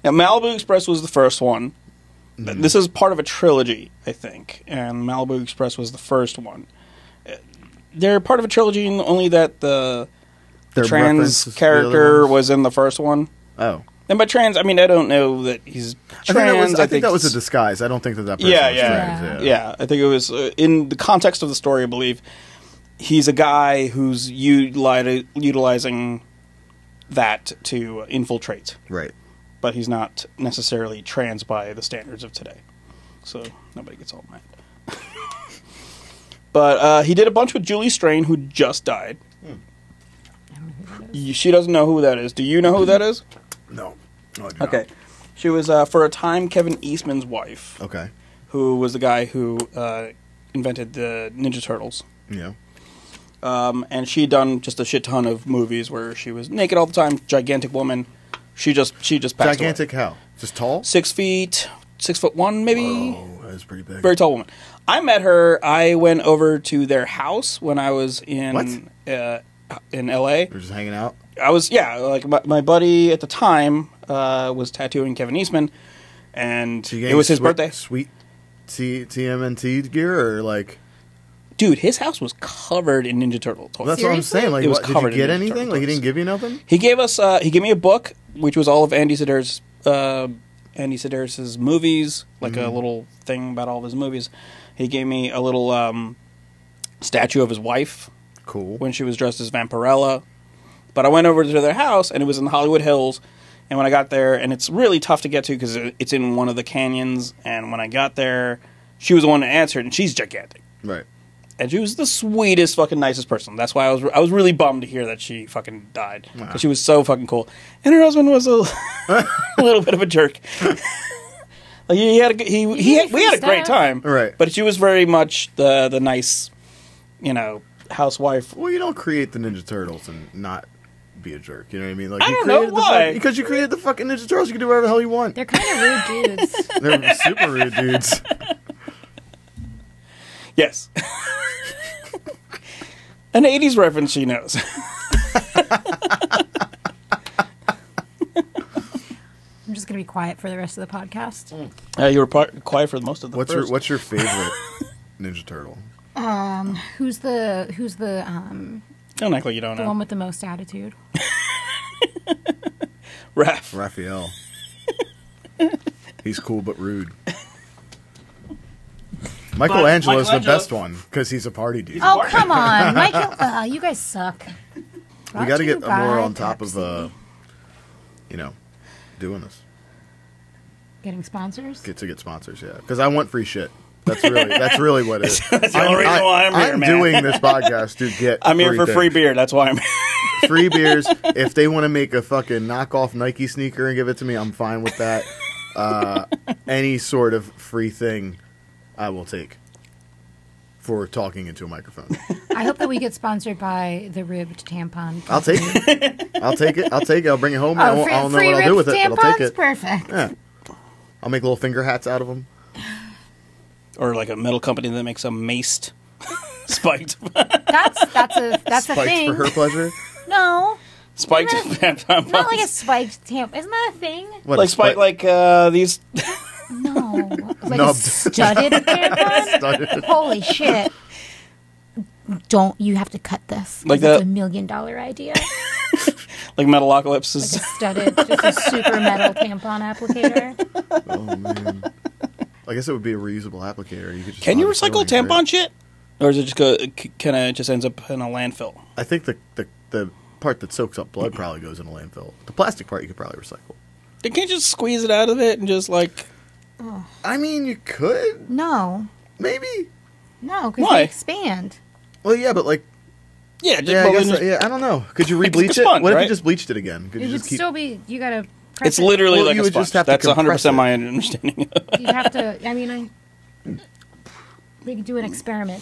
now, Malibu Express was the first one. Mm-hmm. Th- This is part of a trilogy, I think, and Malibu Express was the first one. Uh, They're part of a trilogy, in only that the, the Their references trans to the other character ones. was in the first one. Oh. And by trans, I mean I don't know that I he's trans. think, that was, I think that was it's- a disguise. I don't think that that person yeah, was yeah, trans. yeah, I think it was uh, in the context of the story. I believe he's a guy who's utili- utilizing that to infiltrate Right. but he's not necessarily trans by the standards of today. So nobody gets all mad. but uh, he did a bunch with Julie Strain, who just died. Y- She doesn't know who that is. Do you know who that is? No. No, I do not. Okay. She was, uh, for a time, Kevin Eastman's wife, Okay. who was the guy who uh, invented the Ninja Turtles. Yeah. Um, and she done just a shit ton of movies where she was naked all the time, gigantic woman. She just she just passed away. Gigantic how? Just tall? six feet, six foot one, maybe. Oh, that was pretty big. Very tall woman. I met her. I went over to their house when I was in uh, in L.A. We're just hanging out. I was yeah, like my, my buddy at the time uh, was tattooing Kevin Eastman, and So you it getting was his swe- birthday. Sweet T- TMNT gear or like? Dude, his house was covered in Ninja Turtle toys. That's what I'm Seriously? saying. Like, It was what, did covered you in get Ninja anything? Like, he Turtles. didn't give you nothing? He gave us. Uh, he gave me a book, which was all of Andy Sedaris, uh, Andy Sedaris's movies, like a little thing about all of his movies. He gave me a little um, statue of his wife Cool. when she was dressed as Vampirella. But I went over to their house, and it was in the Hollywood Hills. And when I got there, and it's really tough to get to because it's in one of the canyons. And when I got there, she was the one that answered, and she's gigantic Right. and she was the sweetest fucking nicest person. That's why I was I was really bummed to hear that she fucking died. 'Cause She was so fucking cool, and her husband was a, a little bit of a jerk. like he had a, g- he, he gave had, you we had a free great stuff. time, Right. But she was very much the the nice, you know, housewife. Well, you don't create the Ninja Turtles and not be a jerk. You know what I mean? Like, I you don't know created the why. fuck- because you created the fucking Ninja Turtles. You can do whatever the hell you want. They're kind of rude dudes. They're super rude dudes. Yes, an '80s reference she knows. I'm just gonna be quiet for the rest of the podcast. Mm. uh, you were par- quiet for most of the What's your first. What's your favorite Ninja Turtle? Who's the Who's the um, Don't act like you don't the one know. with the most attitude? Raph. Raphael. He's cool but rude. Michelangelo's the Michelangelo- best one because he's a party dude. Oh come on, Michael! Uh, you guys suck. we Brought got to to you get more by on top of, uh, Pepsi. you know, doing this. Getting sponsors. Get to get sponsors, yeah. Because I want free shit. That's really that's really what it is. that's the only reason why I'm here, I'm man. doing this podcast to get. I'm here for free things. beer. That's why I'm. free beers. If they want to make a fucking knockoff Nike sneaker and give it to me, I'm fine with that. Uh, any sort of free thing, I will take for talking into a microphone. I hope that we get sponsored by the ribbed tampon. Oh, I'll take it. I'll take it. I'll take it. I'll bring it home. I, won't, I don't know what I'll do ribbed with it, but I'll take it. perfect. I'll make little finger hats out of them. or like a metal company that makes a maced spiked That's that's a that's a Spikes thing. for her pleasure. No, Spiked Isn't tampon Not like a box. spiked tampon. Isn't that a thing? What, like a spike, spike- like uh, these. No. Like Nubbed. a studded tampon? Holy shit. Don't you have to cut this? Like That's that- a million dollar idea. like Metalocalypse Like is a studded, just a super metal tampon applicator. Oh man. I guess it would be a reusable applicator. You could just Can you find recycle filling, tampon right? shit, or is it just go, kind of just ends up in a landfill? I think the, the the part that soaks up blood probably goes in a landfill. The plastic part you could probably recycle. They can't just squeeze it out of it and just like I mean, you could No. maybe. No, because Why? they expand. Well, yeah, but like, yeah, just yeah, I well, guess, then just- yeah, I don't know. Could you It's rebleach it? spun, What if right? you just bleached it again? Could It you would just keep? still be, you gotta press it's it. literally Well, like you a would sponge. just have to That's compress 100 percent it. my understanding. You'd have to, I mean, I. We could do an experiment.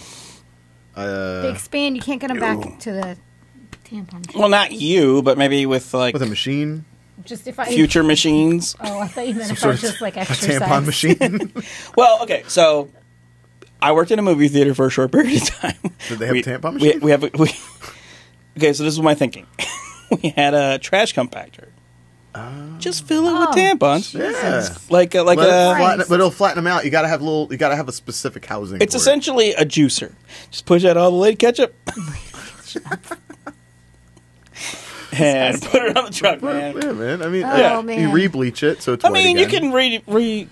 They Uh, expand, you can't get them back to the tampon. well, not you, but maybe with like with a machine, Just if I. future machines. Oh, I thought you meant if I sort of just like a exercise. tampon machine. Well, okay, so I worked in a movie theater for a short period of time. Did they have we, a tampon we- machine? We, have. a- We, okay, so this is my thinking. we had a trash compactor. just fill it Oh, with tampons, yeah. like a, like Ah. Let it uh, a. flatten, but it'll flatten them out. You gotta have little. You gotta have a specific housing. It's for it. essentially a juicer. Just push out all the lid ketchup. and put it on the truck, man. Yeah, man. I mean, Oh, uh, you man. re-bleach it so it's. I white mean, you again. can re, re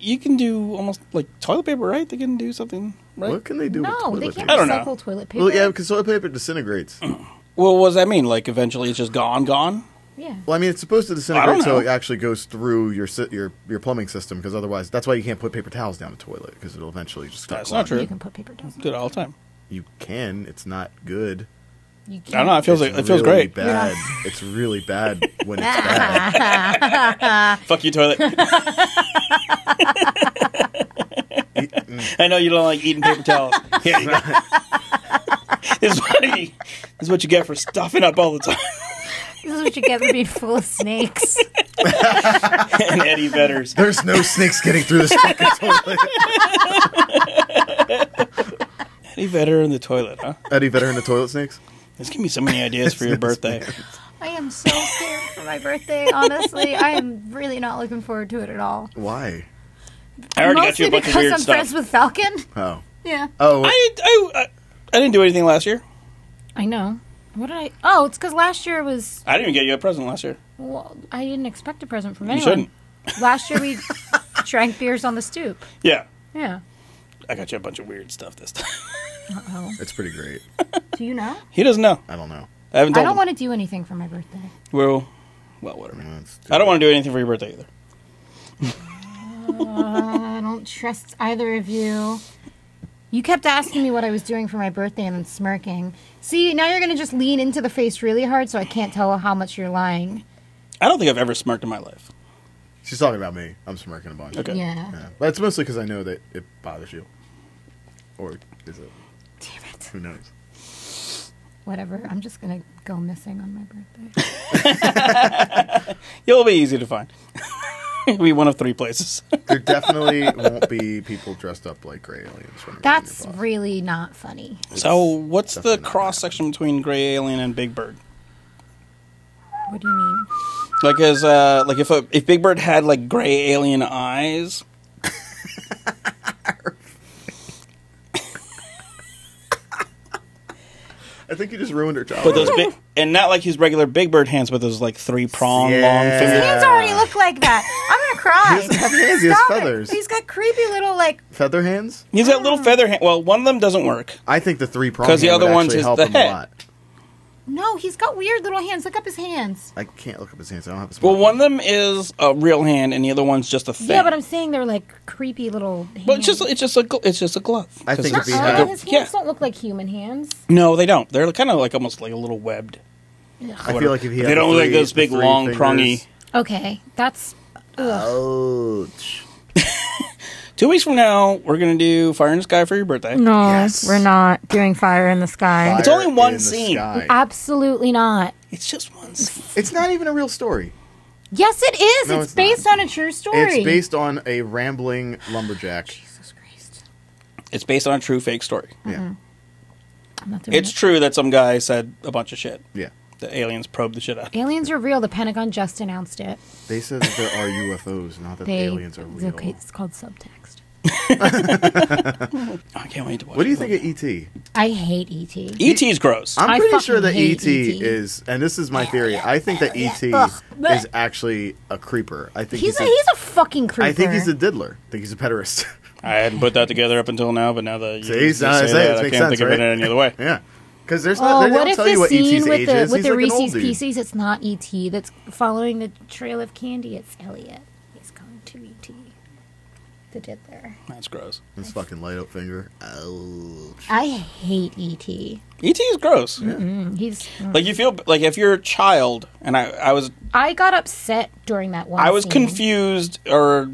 you can do almost like toilet paper, right? They can do something, right? What can they do? No, with they toilet can't paper? I don't know. recycle toilet paper. Well, yeah, because toilet paper disintegrates. Well, what does that mean? Like eventually it's just gone, gone. Yeah. Well, I mean, it's supposed to disintegrate so know. it actually goes through your si- your your plumbing system because otherwise, that's why you can't put paper towels down the toilet because it'll eventually just. start That's clogging. not true. You can put paper towels. Do it all the time. You can. It's not good. You I don't know. It feels It's like it feels really great. Bad. it's really bad when it's bad. Fuck you, toilet. I know you don't like eating paper towels. Here you go. this, is what you, this is what you get for stuffing up all the time. This is what you get for being full of snakes. and Eddie Vedder's. There's no snakes getting through this fucking toilet. Eddie Vedder in the toilet, huh? Eddie Vedder and the toilet snakes. This gave me so many ideas for your birthday. I am so scared for my birthday. Honestly, I am really not looking forward to it at all. Why? I already got Mostly you a bunch of because weird I'm stuff. friends with Falcon. Oh. Yeah, Oh. I, I, I, I didn't do anything last year. I know. What did I? Oh, it's because last year was. I didn't even get you a present last year. Well, I didn't expect a present from You anyone. shouldn't. Last year we drank beers on the stoop. Yeah. Yeah. I got you a bunch of weird stuff this time. Oh, it's pretty great. do you know? He doesn't know. I don't know. I haven't I told don't him. want to do anything for my birthday. Well, well, whatever. That's I don't want to do anything for your birthday either. I don't trust either of you. You kept asking me what I was doing for my birthday and then smirking. See, now you're going to just lean into the face really hard so I can't tell how much you're lying. I don't think I've ever smirked in my life. She's talking about me. I'm smirking a bunch. Okay. Yeah. Yeah. But it's mostly because I know that it bothers you. Or is it? Damn it. Who knows? Whatever. I'm just going to go missing on my birthday. You'll be easy to find. It'll be one of three places. There definitely won't be people dressed up like gray aliens. when I'm That's in your box. really not funny. so, what's the definitely not cross section between Gray Alien and Big Bird? What do you mean? Like, is uh, like if a, if Big Bird had like Gray Alien eyes, I think you just ruined her but childhood. those big, and not like his regular Big Bird hands, but those like three prong long Yeah. fingers. Hands already look like that. I'm going to cry. He doesn't have hands, he has Stop it. feathers. He's got creepy little, like, Feather hands? He's got Hmm. little feather hand. Well, one of them doesn't work. I think the three prong 'Cause the hand other would one's actually just help the him head. a lot. no, he's got weird little hands. Look up his hands. I can't look up his hands. I don't have a Well, smartphone. one of them is a real hand, and the other one's just a thing. Yeah, but I'm saying they're, like, creepy little hands. But it's just it's just a gl- it's just a glove. I think Because it'd it's be like Uh, Yeah. a- his hands yeah. don't look like human hands. No, they don't. They're kind of like almost like a little webbed. I feel like if he had they the don't look like three- those the big three long fingers- prongy. Okay, that's Ouch. Two weeks from now, we're gonna do Fire in the Sky for your birthday. no. Yes. We're not doing fire in the sky. It's Fire only one in the scene. sky. Absolutely not. It's just one. s- It's not even a real story. Yes, it is. No, it's, it's based on a true story. It's based on a rambling lumberjack. Jesus Christ. It's based on a true fake story. Mm-hmm. Yeah. I'm not doing It's it. true that some guy said a bunch of shit. Yeah. that aliens probed the shit out. Aliens are real. The Pentagon just announced it. They said that there are UFOs, not that They, aliens are it's real. Okay, it's called subtext. I can't wait to watch. What do you it. think of E ET? I hate E E ET. ET is gross. I'm I pretty fucking sure that hate ET, ET. is, and this is my theory. I think that ET Ugh. is actually a creeper. I think He's a, he's a fucking creeper. I think he's a diddler. I think he's a pederast. I hadn't put that together up until now, but now that you See, just so I say say it that, I makes can't sense, think of it right? any other way. yeah, because there's not. Oh, they what don't if tell you the what ET's scene age with the is. with He's the like an old Reese's dude. Pieces? It's not ET. That's following the trail of candy. It's Elliot. He's going to E ET. The diddler. That's gross. His fucking light up finger. Oh, Ouch. I hate ET. ET E is gross. He's. Like you feel like if you're a child, and I, I was, I got upset during that one. I was scene. confused or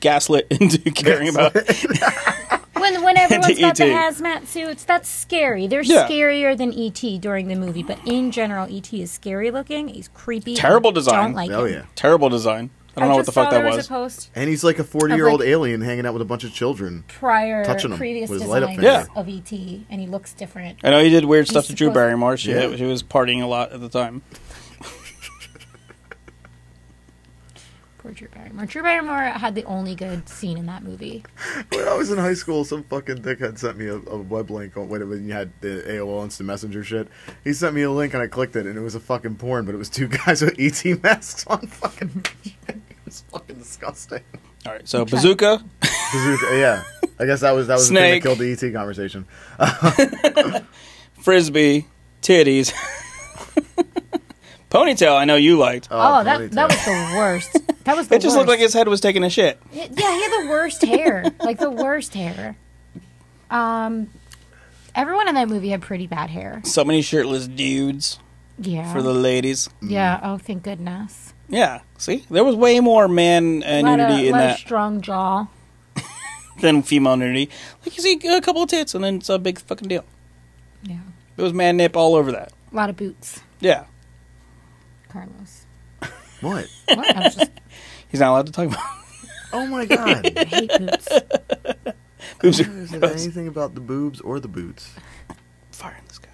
gaslit into caring about. when when everyone's got the ET. hazmat suits. That's scary. They're E Yeah. scarier than ET during the movie, but in general, ET is scary looking. He's creepy. Terrible I design. Don't like Oh him. yeah. Terrible design. I don't know what just the fuck saw that there was. was a post And he's like a 40 year old alien hanging out with a bunch of children. prior Touching him previous with his light-up designs finger. of ET, and he looks different. I know he did weird stuff to Drew supposed- Barrymore. She, Yeah. she was partying a lot at the time. Poor Drew Barrymore. Drew Barrymore had the only good scene in that movie. When I was in high school, some fucking dickhead sent me a, a web link on whatever you had the AOL Instant Messenger shit. He sent me a link and I clicked it, and it was a fucking porn, but it was two guys with ET masks on. Fucking, it's fucking disgusting. All right, so Bazooka, Bazooka, uh, yeah, I guess that was that was the thing that Snake. killed the ET conversation. Frisbee, Titties, Ponytail. I know you liked. Oh, Oh, that ponytail. that was the worst. That was the it worst. just looked like his head was taking a shit. Yeah, he had the worst hair. like the worst hair. Um, everyone in that movie had pretty bad hair. So many shirtless dudes Yeah. for the ladies. yeah. Oh, thank goodness. Yeah, see, there was way more man uh, Lot of- nudity in lot of that strong jaw. than female nudity. Like you see a couple of tits, and then it's a big fucking deal. Yeah. There was man nip all over that. A lot of boots. Yeah, Carlos. What? What? I was just he's not allowed to talk about. Oh my god! I hate boots. Boobs are Is it gross. anything about the boobs or the boots? Fire in the sky.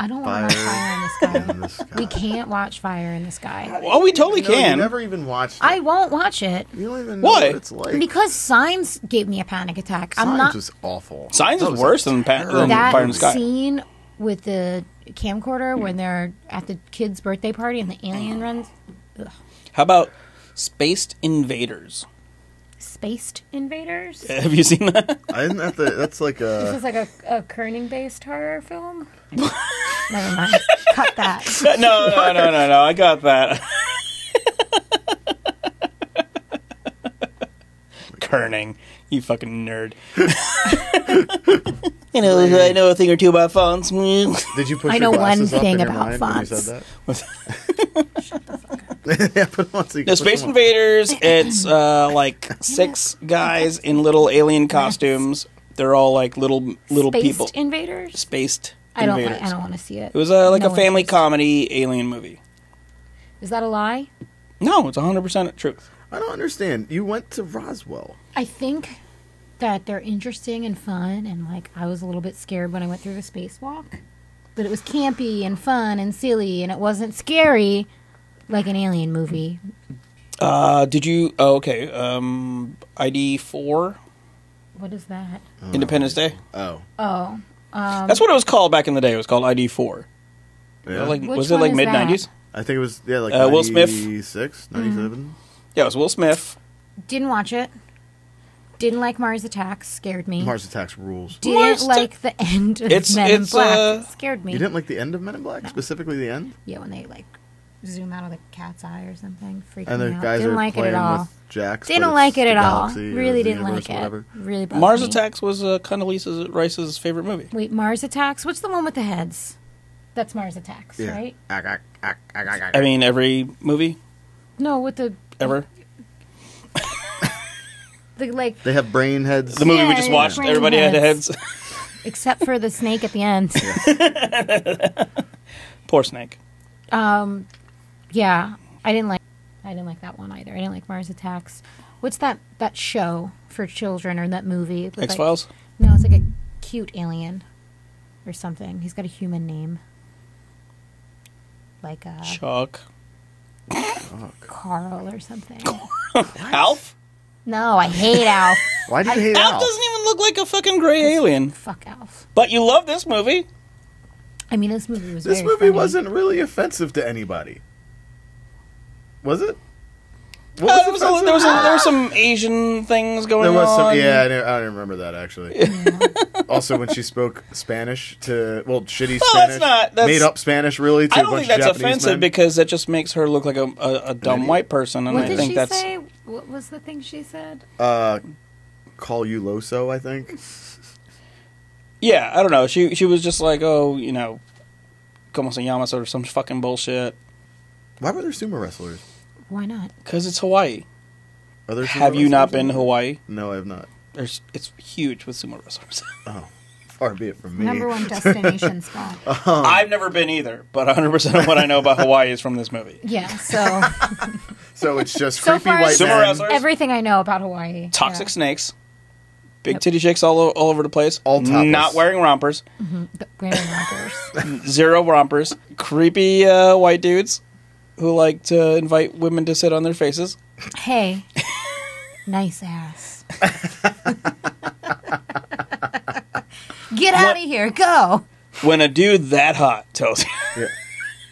I don't want to Fire fire in the sky. In the sky. We can't watch Fire in the Sky. Well, we totally No, You can. never even watched. It. I won't watch it You don't even know Why? what it's like. because Signs gave me a panic attack. I'm Signs not was awful. Signs That is was worse a than, pa- than terrible that Fire in the Sky. scene with the camcorder when they're at the kid's birthday party and the alien runs How about Spaced Invaders? spaced invaders. Have you seen that? I didn't have to. That's like This a. is like a, a kerning based horror film. Never mind. Cut that. no, no, no, no, no. I got that. Kerning, you fucking nerd. you know, I know a thing or two about fonts. Did you put? I your know one glasses up in thing your about mind when you said fonts. that? no, yeah, put 'em on so you can put Space them on. Invaders. It's uh, like six guys in little alien costumes. They're all like little little spaced people. invaders. Spaced I don't. Invaders. Like, I don't want to see it. It was uh, like No a family interest. comedy alien movie. Is that a lie? No, it's 100% truth. I don't understand. You went to Roswell. I think that they're interesting and fun, and like I was a little bit scared when I went through the spacewalk, but it was campy and fun and silly, and it wasn't scary like an alien movie. Uh, did you? Oh, okay. Um, ID four, What is that? Independence Day. Oh, Oh, That's what it was called back in the day. It was called ID four. yeah. Like, Which was it one like is mid nineties? I think it was yeah, like Uh, Will Smith. Mm. 96, 97. Yeah, it was Will Smith. didn't watch it. Didn't like Mars Attacks. Scared me. Mars Attacks rules. didn't Mars Atta- like the end of It's- Men in it's, Black. uh, scared me. You didn't like the end of Men in Black, specifically the end, Yeah, when they like zoom out of the cat's eye or something, freaking and the out. guys didn't are like it playing at all. with Jax. but Didn't it's like it the at all. galaxy or Really the didn't universe, like it. Whatever. Really bugged Mars me. Attacks was uh, Condoleezza Rice's favorite movie. Wait, Mars Attacks. What's the one with the heads? That's Mars Attacks, Yeah. right? Ack, ack, ack, ack, ack, ack. I mean, every movie No, with the ever. the like, they have brain heads. The movie Yeah, we just yeah, watched. brain Everybody had heads. heads. except for the snake at the end. Poor snake. Um, yeah, I didn't like. I didn't like that one either. I didn't like Mars Attacks. What's that that show for children or that movie? with, like- X Files. no, it's like a cute alien or something. He's got a human name. like uh, Chuck. Carl or something. Alf? No, I hate Alf. Why do you hate Alf Al? doesn't even look like a fucking gray alien. Fuck Alf. But you love this movie. I mean, this movie was. This very movie funny. wasn't really offensive to anybody, was it? What Uh, there, was a, there, was a, offensive? there were some Asian things going There was on. some. Yeah, I don't, I don't remember that actually. also, when she spoke Spanish to well, shitty Well, that's Spanish, not- that's- made up Spanish really to I a don't bunch think that's of Japanese offensive men. because that just makes her look like a, a, a dumb white person, and What I did think she that's say? What was the thing she said? uh, call you Loso, I think. yeah. I don't know. She she was just like, oh, you know, como se llama or some fucking bullshit Why were there sumo wrestlers? Why not? because it's Hawaii. Are there sumo Have you not wrestlers in been to there? Hawaii? No, I have not. There's it's huge with sumo wrestlers. Oh, far be it from me. Number one destination spot. I've never been either, but 100 percent of what I know about Hawaii is from this movie. Yeah, so So it's just So creepy far, white Sumo men. wrestlers. everything I know about Hawaii. Toxic yeah. snakes, big titty chicks all o- all over the place. All topless. not wearing rompers, But Graham Rockers. zero rompers. Creepy uh, white dudes who like to invite women to sit on their faces. hey, nice ass. Get out of here. Go. When a dude that hot tells you,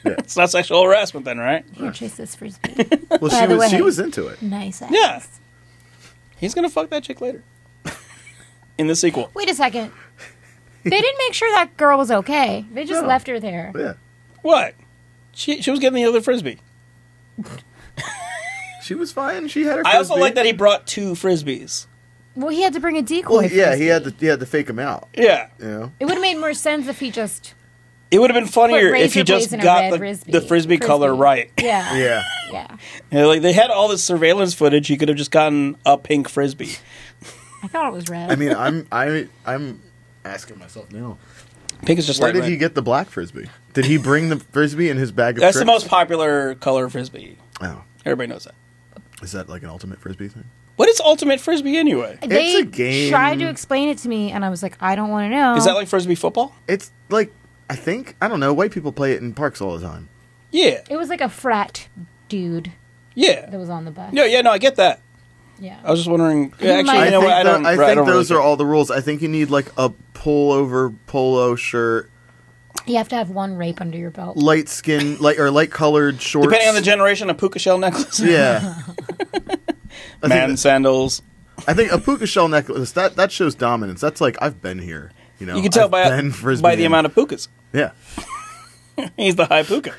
Yeah. it's not sexual harassment, then, right? Here, chase this frisbee. Well, By she the was she way. was into it. Nice ass. Yeah. He's gonna fuck that chick later. In the sequel, Wait a second. They didn't make sure that girl was okay. They just No. left her there. Yeah, what? She she was getting the other frisbee. she was fine. She had her. I also frisbee. like that he brought two frisbees. Well, he had to bring a decoy. Well, yeah, frisbee. he had to he had to fake him out. Yeah, You know, It would have made more sense if he just it would have been funnier razor if he just blades in a got red the frisbee. the frisbee, color Frisbee. right. yeah yeah. yeah. You know, like they had all this surveillance footage. He could have just gotten a pink frisbee. I thought it was red. I mean, I'm I I'm asking myself now. Pink is just Where like did he get the black frisbee? Did he bring the frisbee in his bag of That's the tricks? most popular color frisbee. Oh, Everybody knows that. is that like an ultimate frisbee thing? What is ultimate frisbee anyway? they a game. tried to explain it to me, and I was like, I don't want to know. Is that like frisbee football? It's like I think I don't know. White people play it in parks all the time. Yeah, it was like a frat dude that yeah, was on the bus? no, yeah, no. I get that. yeah. I was just wondering. Yeah, You actually, might- you know think what? I tho- don't. I I think don't those really are all the rules. I think you need like a pullover polo shirt, you have to have one rape under your belt. light skin, light or light colored shorts. Depending on the generation, a puka shell necklace, yeah. I man think, sandals. I think a puka shell necklace that that shows dominance. That's like I've been here. You know, You can tell I've by been by the frisbeeing. amount of pukas. yeah. He's the high puka.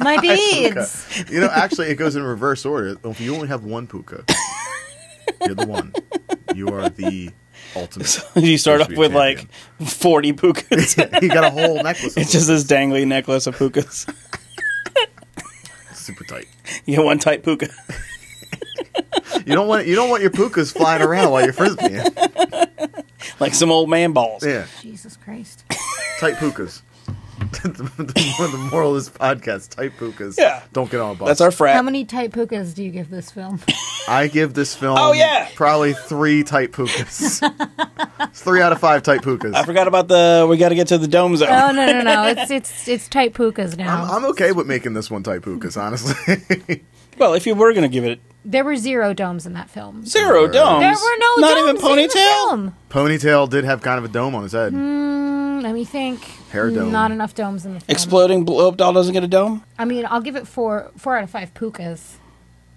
My beads. You know, actually, it goes in reverse order. If you only have one puka, you're the one. You are the ultimate. you start off Frisbee with champion. like forty pukas. you got a whole necklace. Of it's just this dangly necklace of pukas. them. super tight. You get one tight puka. You don't want you don't want your pukas flying around while you're frisbeeing. like some old man balls. Yeah, Jesus Christ. tight pukas. the, the, the moral of this podcast: tight pukas. Yeah. don't get on a bus. That's our frat. How many tight pukas do you give this film? I give this film. Oh, yeah. probably three tight pukas. It's three out of five tight pukas. I forgot about the. We got to get to the dome zone. Oh no no no! It's it's it's tight pukas now. I'm, I'm okay with making this one tight pukas, honestly. Well, if you were going to give it there were zero domes in that film. zero There domes, There were no not domes even In the ponytail. film. Ponytail did have kind of a dome on his head. Hmm. Mm, let me think. Hair dome. Not enough domes in the film. Exploding blow up doll doesn't get a dome. I mean, I'll give it four four out of five pukas,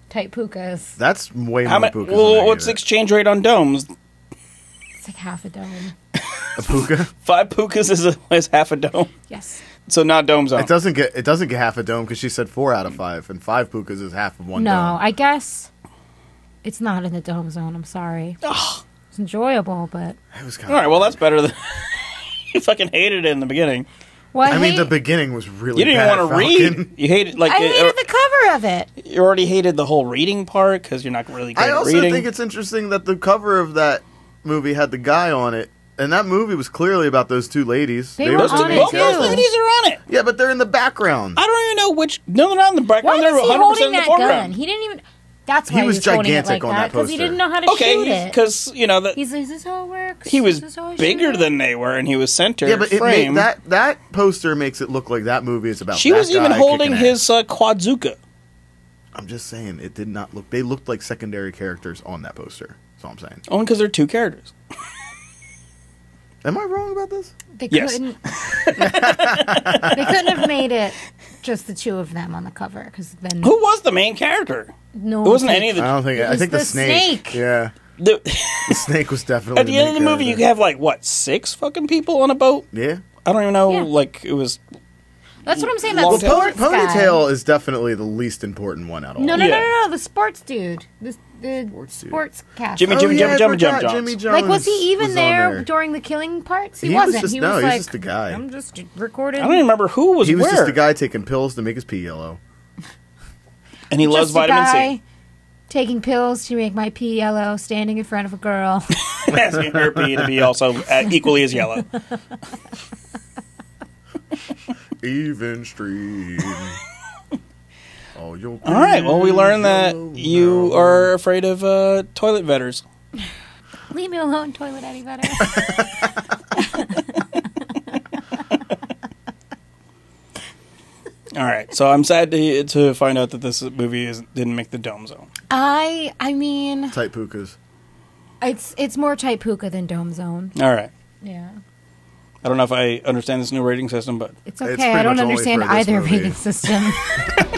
tight pukas. That's way How more many? pukas. Well, than what's the I gave it. exchange rate on domes? It's like half a dome. A puka? Five pukas is, a, is half a dome, Yes. so not dome zone. It doesn't get it doesn't get half a dome because she said four out of five, and five pukas is half of one. no, dome. I guess it's not in the dome zone. I'm sorry. It's enjoyable, but It was kind All right, well that's better than you fucking hated it in the beginning. well, I, I mean, hate- the beginning was really. You didn't even bad, want to Falcon. read. You hated like I it- uh, hated the cover of it. you already hated the whole reading part because you're not really great I also at reading. think it's interesting that the cover of that movie had the guy on it, and that movie was clearly about those two ladies. They were those two, on it, both too. those ladies are on it. Yeah, but they're in the background. I don't even know which. No, they're not in the Why background. They're was he 100 percent holding in the that gun? foreground. He didn't even. That's He why was he's holding it gigantic like on that because he poster. didn't know how to shoot Okay, it. because you know that He's like, "Is this how it works?" he Is was this how I shoot bigger it?" than they were, and he was center Yeah, but it frame. made, that that poster makes it look like that movie is about. she that was even guy holding kicking ass. his uh, quadzuka. I'm just saying it did not look. They looked like secondary characters on that poster. That's all I'm saying. Only because they're two characters. Am I wrong about this? They Yes. couldn't. they couldn't have made it just the two of them on the cover because then Who was the main character? no. It wasn't one any of I the. don't think. It I was think the, the snake. snake. Yeah, the the snake was definitely at the end of the main movie, you character. have like what six fucking people on a boat? Yeah. I don't even know. Yeah. Like it was. can- That's what I'm saying. Well, That Pony- Pony, sports guy. ponytail is definitely the least important one out of all. No, no, no, Yeah. no, no. The sports dude. The the Sports sports, dude. cast. Jimmy Oh, Jimmy yeah, I Jimmy Jimmy Jimmy forgot Jones. Jimmy Jones like, was he even was on there, during the killing parts? He, He was wasn't. just- he no, was he was like, just the guy. I'm just recording. I don't even remember who was He was where. just a guy taking pills to make his pee yellow. and he just loves a vitamin guy C. Taking pills to make my pee yellow, standing in front of a girl. Asking her pee to be also uh, equally as yellow. Even stream. oh, you'll. All right. Well, we learned that you are afraid of uh, toilet vetters. Leave me alone, toilet Eddie Vedder. All right. So I'm sad to, to find out that this movie is, didn't make the dome zone. I, I mean, Tight pukas. it's it's more type hookah than dome zone. All right. Yeah, I don't know if I understand this new rating system, but it's It's okay. I pretty don't much only understand for this either movie. rating system.